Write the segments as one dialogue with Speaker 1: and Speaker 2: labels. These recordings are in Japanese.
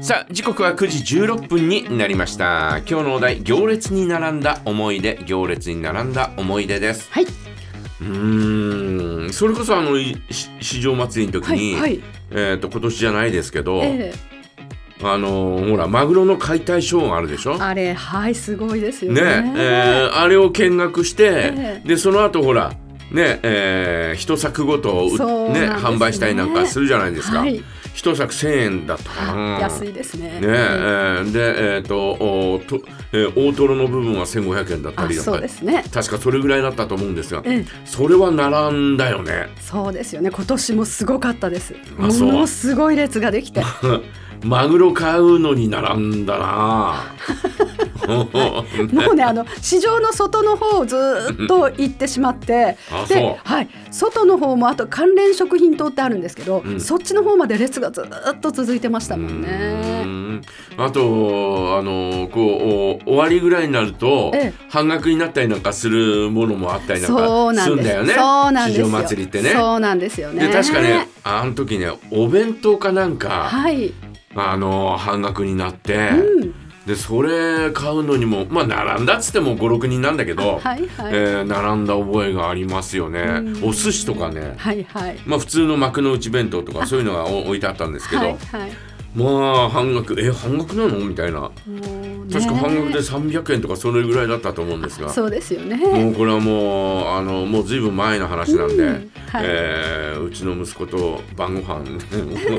Speaker 1: さあ時刻は9時16分になりました今日のお題行列に並んだ思い出行列に並んだ思い出です
Speaker 2: はいう
Speaker 1: ーんそれこそあのいし市場祭りの時
Speaker 2: はい
Speaker 1: に、
Speaker 2: はい
Speaker 1: えっ、と今年じゃないですけど、
Speaker 2: ええ
Speaker 1: あのーほらマグロの解体ショーがあるでしょ
Speaker 2: あれはいすごいですよ
Speaker 1: ね
Speaker 2: ね
Speaker 1: えーあれを見学して、
Speaker 2: え
Speaker 1: でその後ほらねえー一作ごとをう
Speaker 2: そうなんです
Speaker 1: ね
Speaker 2: ね
Speaker 1: 販売したりなんかするじゃないですか、
Speaker 2: はい
Speaker 1: 一作1,000円だったかな
Speaker 2: 安いですね
Speaker 1: ねえーでえっ、とおと、えー大トロの部分は1500円だった
Speaker 2: あ
Speaker 1: りだっ
Speaker 2: そう
Speaker 1: た
Speaker 2: で
Speaker 1: り
Speaker 2: すね
Speaker 1: 確かそれぐらいだったと思うんですが、
Speaker 2: ええ
Speaker 1: それは並んだよね
Speaker 2: そうですよね今年もすごかったですも
Speaker 1: あそう
Speaker 2: のすごい列が できて
Speaker 1: マグロ買うのに並んだ な
Speaker 2: もうねあの市場の外の方をずーっと行ってしまって
Speaker 1: あそう
Speaker 2: で、はい、外の方もあと関連食品棟ってあるんですけど、
Speaker 1: うん
Speaker 2: そっちの方まで列がずーっと続いてましたもん
Speaker 1: う
Speaker 2: ね。
Speaker 1: んあとあのこうお終わりぐらいになると、
Speaker 2: ええ
Speaker 1: 半額になったりなんかするものもあったりなん
Speaker 2: そ
Speaker 1: か
Speaker 2: うな
Speaker 1: する
Speaker 2: んで
Speaker 1: ん
Speaker 2: す
Speaker 1: だよね
Speaker 2: そうなんです
Speaker 1: 市
Speaker 2: よ
Speaker 1: 場祭りってね。
Speaker 2: そうなんですよね。
Speaker 1: で確かねあの時ねお弁当かなんか、
Speaker 2: はい、
Speaker 1: あの半額になって、
Speaker 2: うん、
Speaker 1: でそれ買うのにもまあ並んだっつっても56人なんだけど、
Speaker 2: はいはい、
Speaker 1: えー並んだ覚えがありますよね。
Speaker 2: うん
Speaker 1: お寿司とかね、
Speaker 2: はいはい。
Speaker 1: まあ、普通の幕の内弁当とかそういうのがお置いてあったんですけど、
Speaker 2: はいはい。
Speaker 1: まあ半額え半額なのみたいな。
Speaker 2: もうね
Speaker 1: 確か半額で300円とかそれぐらいだったと思うんですが
Speaker 2: そうですよね。
Speaker 1: もうこれはもうあのもうずいぶん前の話なんで、う
Speaker 2: うんはい
Speaker 1: えーうちの息子と晩ご飯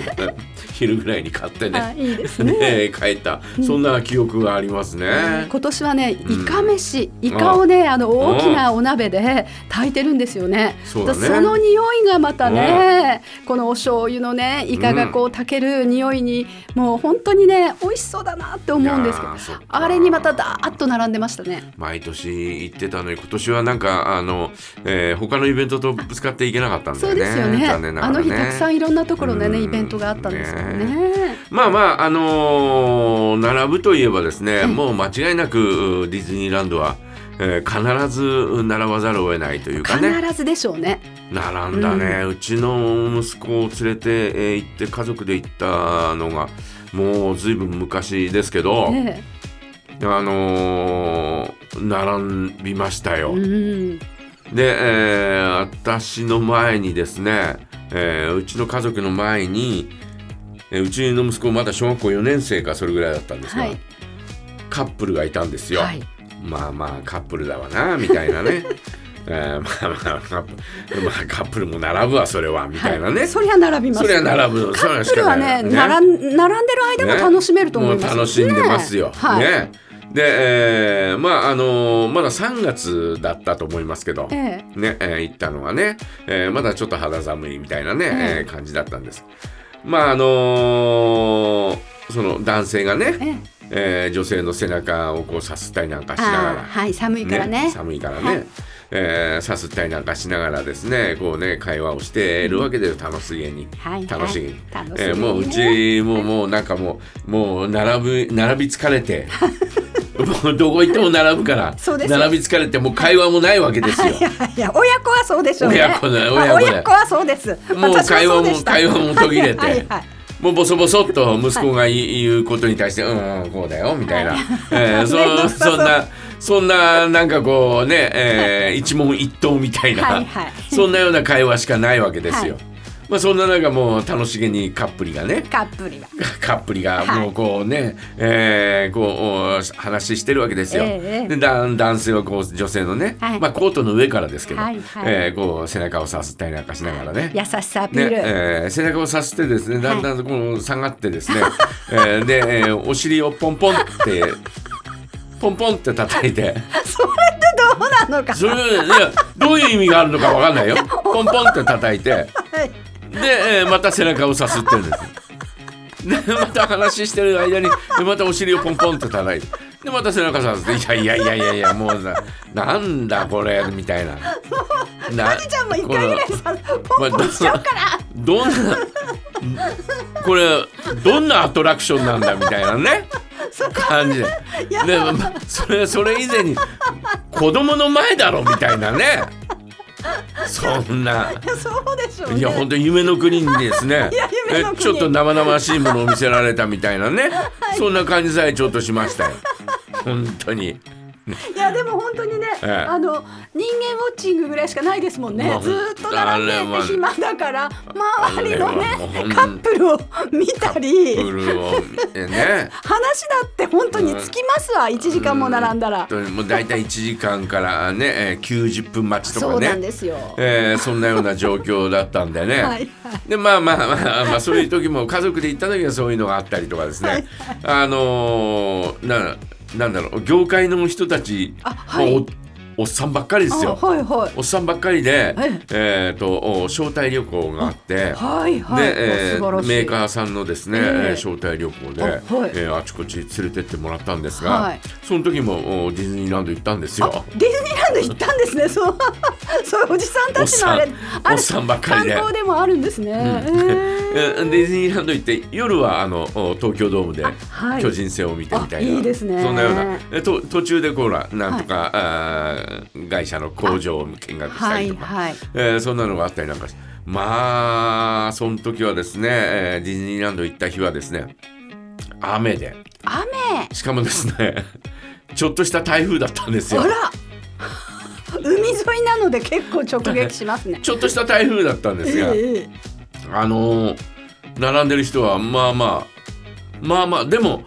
Speaker 1: 昼ぐらいに買って
Speaker 2: あ、
Speaker 1: ね
Speaker 2: いいですね。
Speaker 1: ね帰ったそんな記憶がありますね。
Speaker 2: 今年はね、イ
Speaker 1: うん
Speaker 2: カ飯、イカをね、あの大きなお鍋で炊いてるんですよね。
Speaker 1: そうだね
Speaker 2: その匂いがまたね、このお醤油のね、イカがこう炊ける匂いに、もう本当にね、美味しそうだなって思うんです
Speaker 1: い
Speaker 2: けど
Speaker 1: やーそっか。
Speaker 2: あれにまただーっと並んでましたね。
Speaker 1: 毎年行ってたのに今年はなんかあの、えー他のイベントとぶつかっていけなかったんだ
Speaker 2: そう
Speaker 1: よね。
Speaker 2: ですよね
Speaker 1: 残念なが
Speaker 2: あ
Speaker 1: ら
Speaker 2: の
Speaker 1: ね。
Speaker 2: 日たくさんいろんなところでね、
Speaker 1: うん
Speaker 2: イベントがあったんですよね。
Speaker 1: まあまあ、あのー並ぶといえばですね、
Speaker 2: い
Speaker 1: もう間違いなくうディズニーランドは、えー必ず並ばざるを得ないというかね
Speaker 2: 必ずでしょうね。
Speaker 1: 並んだね、うちの息子を連れて、えー行って家族で行ったのがもうずいぶん昔ですけど、
Speaker 2: ね
Speaker 1: あのー並びましたよ。
Speaker 2: うん。
Speaker 1: で、えー私の前にですね、えーうちの家族の前に、えーうちの息子まだ小学校4年生かそれぐらいだったんですが、
Speaker 2: はい
Speaker 1: カップルがいたんですよ、
Speaker 2: はい。
Speaker 1: まあまあカップルだわなみたいな ね、えーまあまあカップまあカップルも並ぶわそれはみたいなね、
Speaker 2: はそりゃ並びます
Speaker 1: そ
Speaker 2: よ。
Speaker 1: れは並ぶ
Speaker 2: カ
Speaker 1: それ
Speaker 2: ッ
Speaker 1: は
Speaker 2: プ
Speaker 1: 仕
Speaker 2: ル
Speaker 1: 方
Speaker 2: は
Speaker 1: な
Speaker 2: ね
Speaker 1: い
Speaker 2: 並ん並んでる間も楽しめると思います、
Speaker 1: もう楽しんでますよ。
Speaker 2: ねはい、
Speaker 1: ねで、えーまああのーまだ3月だったと思いますけど、
Speaker 2: ええ
Speaker 1: ね、えー行ったのはね、えーまだちょっと肌寒いみたいなね、えー感じだったんです。まああのーその男性が
Speaker 2: え
Speaker 1: ね、
Speaker 2: え
Speaker 1: えー女性の背中をこうさすったりなんかしなが
Speaker 2: ああ
Speaker 1: ら、
Speaker 2: はい寒いからね
Speaker 1: 寒いからね、
Speaker 2: はい
Speaker 1: えーさすったりなんかしながらですねこうね会話をしているわけで楽しげに、
Speaker 2: はいはい
Speaker 1: 楽しげに、
Speaker 2: 楽しげ
Speaker 1: えー
Speaker 2: にね
Speaker 1: もううちももうなんかもうもう並ぶ並び疲れ てもうどこ行っても並ぶから
Speaker 2: そうですよ
Speaker 1: 並び疲れてもう会話もないわけですよ
Speaker 2: い。やいや親子はそうでしょうね
Speaker 1: 親子だ親
Speaker 2: あ
Speaker 1: 子だ
Speaker 2: 親子はそうです
Speaker 1: もう
Speaker 2: 私
Speaker 1: 会
Speaker 2: そ
Speaker 1: 話
Speaker 2: で
Speaker 1: も
Speaker 2: した
Speaker 1: 会話も途切れて、
Speaker 2: はいはいはい
Speaker 1: もうボソボソっと息子がい言うことに対して、うんうんこうだよみたいな、えーそ
Speaker 2: 面倒くさそう
Speaker 1: そんなそんななんかこうね、えー一問一答みたいな、
Speaker 2: はいはい
Speaker 1: そんなような会話しかないわけですよ。
Speaker 2: はい
Speaker 1: まあそんな中もう楽しげにカップリがね。
Speaker 2: カップルが
Speaker 1: カップリが
Speaker 2: はい
Speaker 1: もうこうね、えーこうお話ししてるわけですよ。
Speaker 2: ええ
Speaker 1: でだ男性はこう女性のね、
Speaker 2: はい
Speaker 1: まあコートの上からですけど、
Speaker 2: はいはい
Speaker 1: えーこう背中をさすったりなんかしながらね、
Speaker 2: 優しさアピ
Speaker 1: ね
Speaker 2: ール、
Speaker 1: えー背中をさしてですねだんだんこの下がってですね、 えーで、えーお尻をポンポンってポンポンって叩いて
Speaker 2: それってどうなのか
Speaker 1: それいやどういう意味があるのかわかんないよポンポンって叩いて
Speaker 2: はい
Speaker 1: で、えーまた背中をさすってるんですよ。でまた話してる間にでまたお尻をポンポンって叩いてでまた背中さすって「いやいやいやいやいやもうななんだこれ」みたいな。な
Speaker 2: ちゃんも一回ぐらいさポンポンしちゃうから
Speaker 1: どんなこれどんなアトラクションなんだみたいなね感じで
Speaker 2: や
Speaker 1: で、まそれそれ以前に子供の前だろみたいなねそんな。
Speaker 2: いやそうでしょう、ね。
Speaker 1: いや本当夢の国にですね
Speaker 2: や夢の国
Speaker 1: えちょっと生々しいものを見せられたみたいなね、そんな感じさえちょっとしましたよ本当に
Speaker 2: いやでも本当にね、
Speaker 1: ええ
Speaker 2: あの人間ウォッチングぐらいしかないですもんね、
Speaker 1: まあ
Speaker 2: ずーっと並んで
Speaker 1: あれは
Speaker 2: て暇だから周りのね
Speaker 1: あれはもうほん
Speaker 2: カップルを見たり
Speaker 1: ブルーを見てね
Speaker 2: 話だって本当につきますわ、一1時間も並んだら、
Speaker 1: 本当にもう大体1時間からねえー90分待ちとかね
Speaker 2: そうなんですよ、
Speaker 1: えーそんなような状況だったんでね。
Speaker 2: はい
Speaker 1: でまあまあまあ、まあ、そういう時も家族で行った時はそういうのがあったりとかですね。あのーななんだろう業界の人たち、
Speaker 2: あはい
Speaker 1: もうおおっさんばっかりです
Speaker 2: あ
Speaker 1: よ。
Speaker 2: はいはい
Speaker 1: おっさんばっかりで
Speaker 2: え、
Speaker 1: えー、とお招待旅行があって。
Speaker 2: はいはい、
Speaker 1: でえ
Speaker 2: 素晴ら
Speaker 1: ー
Speaker 2: しい
Speaker 1: メーカーさんのですね、
Speaker 2: え
Speaker 1: え
Speaker 2: え
Speaker 1: ー招待旅行で、
Speaker 2: あはい
Speaker 1: えーあちこち連れてってもらったんですが、
Speaker 2: はい
Speaker 1: その時もおディズニーランド行ったんですよ。
Speaker 2: ディズニーランド行ったんです ね。そう、そうおじさんたちのあれ、
Speaker 1: お
Speaker 2: あれ
Speaker 1: っさんばっかりで
Speaker 2: 観光でもあるんです ね。へー
Speaker 1: えーディズニーランド行って夜はあのお東京ドームで
Speaker 2: はい
Speaker 1: 巨人戦を見てみたいな、
Speaker 2: あいいですね
Speaker 1: そんなようなえと途中でこうらなんとか、あー会社の工場を見学した
Speaker 2: は
Speaker 1: り
Speaker 2: い
Speaker 1: とか、
Speaker 2: はい。
Speaker 1: えーそんなのがあったりなんかしてまあその時はですね、えーディズニーランド行った日はですね雨で
Speaker 2: 雨。
Speaker 1: しかもですね ちょっとした台風だったんですよ
Speaker 2: あら。海沿いなので結構直撃しますね。
Speaker 1: ちょっとした台風だったんですが、
Speaker 2: ええ
Speaker 1: あのー並んでる人はまあまあまあまあでも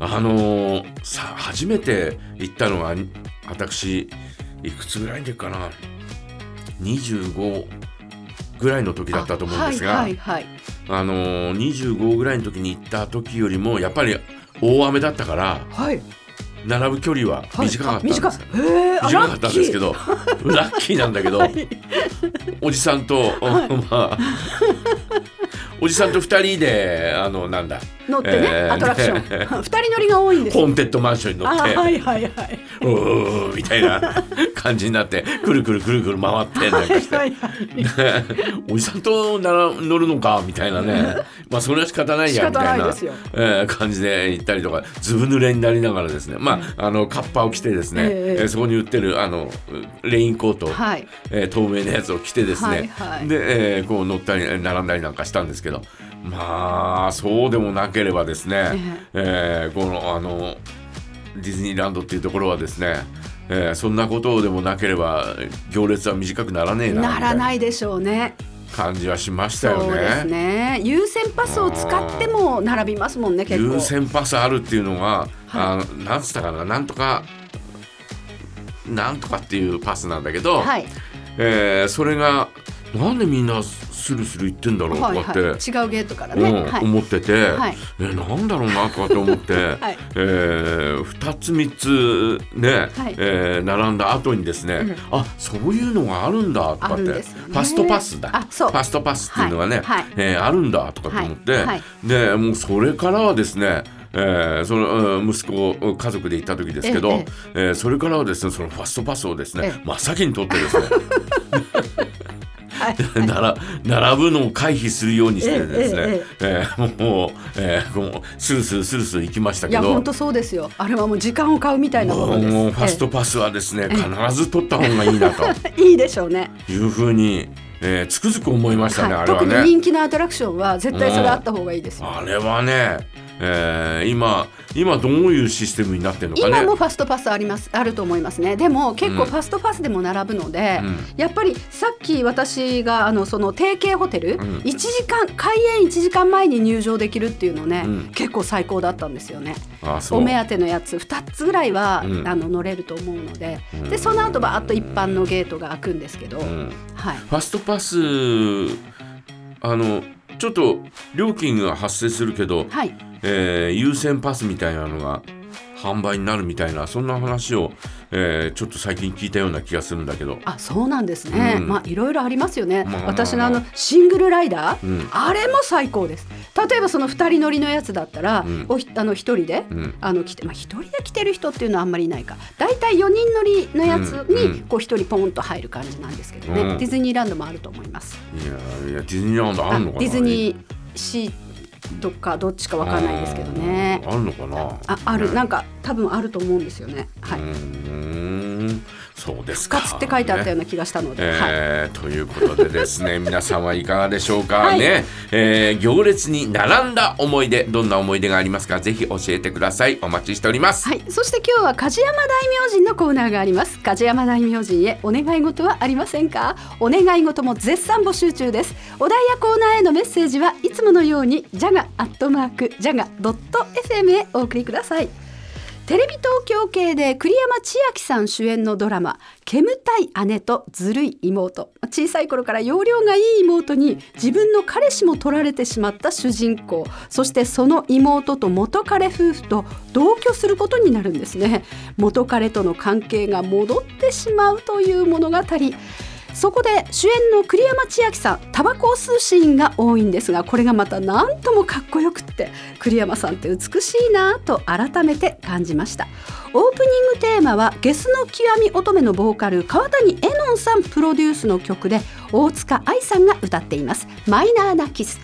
Speaker 1: あのーさ初めて行ったのがに私いくつぐらいの時かな25ぐらいの時だったと思うんですがあ、
Speaker 2: はいはいはい。
Speaker 1: のー25ぐらいの時に行った時よりもやっぱり大雨だったから
Speaker 2: はい。
Speaker 1: 並ぶ距離は
Speaker 2: はい
Speaker 1: 短かったんです、
Speaker 2: あ短い。へえ。あ
Speaker 1: 短かったんですけ
Speaker 2: ラ
Speaker 1: ど ラッキーなんだけど、
Speaker 2: ッキー。
Speaker 1: おじさんと、まあおじさんと二人であのなんだ
Speaker 2: 乗ってね、
Speaker 1: えー
Speaker 2: アトラクショ ン。二人乗りが多いんですよ。
Speaker 1: ホーンテッドマンションに乗
Speaker 2: あ
Speaker 1: って、
Speaker 2: はいはいはい。
Speaker 1: うーみたいな感じになってくるくるくるくる回ってなん かして、
Speaker 2: はいはい。
Speaker 1: おじさんとなら乗るのかみたいなねまあそれは仕方ないやみ
Speaker 2: 仕方
Speaker 1: た
Speaker 2: ないい
Speaker 1: な
Speaker 2: ですよ
Speaker 1: えー感じで行ったりとかずぶ濡れになりながらですねまああのカッパを着てですね、
Speaker 2: ええ
Speaker 1: えーそこに売ってるあのレインコート、
Speaker 2: はい。
Speaker 1: えー透明なやつを着てですね、
Speaker 2: はいはい
Speaker 1: で、えーこう乗ったりえー並んだりなんかしたんですけどまあそうでもなければですね、えーこのあのディズニーランドっていうところはですね、えーそんなことでもなければ行列は短くならねえなみ
Speaker 2: な
Speaker 1: た
Speaker 2: ら
Speaker 1: いな
Speaker 2: ないでしょうね。
Speaker 1: 感じはしましたよ
Speaker 2: そうです
Speaker 1: ね。
Speaker 2: ね。優先パスを使っても並びますもんね、結構。
Speaker 1: 優先パスあるっていうのが、あのなんつったかななんとかなんとかっていうパスなんだけど、
Speaker 2: はい、
Speaker 1: えーそれがなんでみんなスルスル行ってんだろうと
Speaker 2: はい、
Speaker 1: か
Speaker 2: は
Speaker 1: っ
Speaker 2: い、
Speaker 1: て、
Speaker 2: 違うゲートから
Speaker 1: う
Speaker 2: ね。
Speaker 1: ん
Speaker 2: はい。
Speaker 1: 思ってて、
Speaker 2: はい
Speaker 1: えなんだろうなとかって思って、
Speaker 2: はい
Speaker 1: えー、2つ3つね、
Speaker 2: はい
Speaker 1: えー並んだ後にですね、
Speaker 2: ん
Speaker 1: あそういうのがあるんだとかっ
Speaker 2: あ
Speaker 1: て、
Speaker 2: るん
Speaker 1: フ
Speaker 2: ですよね
Speaker 1: ァストパスだ
Speaker 2: あそう
Speaker 1: ファストパスっていうのがね、
Speaker 2: はいはい
Speaker 1: えーあるんだとかと思って、
Speaker 2: はいはい
Speaker 1: でもうそれからはですねえーそのうん息子家族で行った時ですけど、え
Speaker 2: え
Speaker 1: ーそれからはですねそのファストパスをですね
Speaker 2: ええ
Speaker 1: 真っ先に取ってですね
Speaker 2: はい
Speaker 1: なら並ぶのを回避するようにしてですね、
Speaker 2: え
Speaker 1: えーもう、えー、こうスルスルスルスル行きました
Speaker 2: い
Speaker 1: け
Speaker 2: や、
Speaker 1: ど
Speaker 2: 本当そうですよ。あれはもう時間を買うみたいなものです。
Speaker 1: もうファストパスはですね、必ず取った方がいいなと
Speaker 2: ええ いいでしょうね。
Speaker 1: いうふうに、えーつくづく思いましたね、
Speaker 2: はい、
Speaker 1: あれは
Speaker 2: 特に
Speaker 1: ね。
Speaker 2: 人気のアトラクションは絶対それあった方がいいですよ。
Speaker 1: あれはね、えー今今どういうシステムになってるのかね。
Speaker 2: 今もファストパスありますあると思いますねでも結構
Speaker 1: うん
Speaker 2: ファストパスでも並ぶので、
Speaker 1: うん
Speaker 2: やっぱりさっき私があのその定型ホテル、
Speaker 1: ん
Speaker 2: 1時間開園1時間前に入場できるっていうのね、
Speaker 1: うん
Speaker 2: 結構最高だったんですよね
Speaker 1: あそう
Speaker 2: お目当てのやつ2つぐらいは、
Speaker 1: うん
Speaker 2: あの乗れると思うので
Speaker 1: うん
Speaker 2: でその後バーッと一般のゲートが開くんですけど、
Speaker 1: うん
Speaker 2: はい、
Speaker 1: ファストパスあのちょっと料金が発生するけど、
Speaker 2: はい、
Speaker 1: えー優先パスみたいなのが販売になるみたいなそんな話を、えーちょっと最近聞いたような気がするんだけど、
Speaker 2: あそうなんですね、
Speaker 1: うん
Speaker 2: まあいろいろありますよね、
Speaker 1: まあまあまあ
Speaker 2: 私のあのシングルライダ
Speaker 1: う
Speaker 2: ー、
Speaker 1: ん
Speaker 2: あれも最高です例えばその2人乗りのやつだったら、
Speaker 1: うん
Speaker 2: おひあの1人で、
Speaker 1: うん
Speaker 2: あの来てまあ、1人で来てる人っていうのはあんまりいないか大体4人乗りのやつ
Speaker 1: うんうん
Speaker 2: にこう1人ポンと入る感じなんですけどね、
Speaker 1: うん
Speaker 2: ディズニーランドもあると思います。
Speaker 1: いやいやディズニーランドあるのかな
Speaker 2: ディズニーシーとかどっちかわかんないですけどね
Speaker 1: う。んあるのかな
Speaker 2: あある
Speaker 1: ね
Speaker 2: なんか多分あると思うんですよね。はいう
Speaker 1: ーんそそうです
Speaker 2: カ
Speaker 1: か。
Speaker 2: ツって書いてあったような気がしたので、はい、
Speaker 1: えーということでです ね皆さんはいかがでしょうか、
Speaker 2: はい
Speaker 1: ね、えー行列に並んだ思い出どんな思い出がありますかぜひ教えてくださいお待ちしております、
Speaker 2: はい、そして今日は梶山大名人のコーナーがあります梶山大名人へお願い事はありませんかお願い事も絶賛募集中ですお題やコーナーへのメッセージはいつものようにジャガアットマークジャガ .fm へお送りくださいテレビ東京系で栗山千明さん主演のドラマ「煙たい姉とずるい妹」小さい頃から容量がいい妹に自分の彼氏も取られてしまった主人公そしてその妹と元彼夫婦と同居することになるんですね元彼との関係が戻ってしまうという物語そこで主演の栗山千明さんタバコを吸うシーンが多いんですがこれがまた何ともかっこよくって栗山さんって美しいなぁと改めて感じましたオープニングテーマはゲスの極み乙女のボーカル川谷絵音さんプロデュースの曲で大塚愛さんが歌っています「マイナーなキス」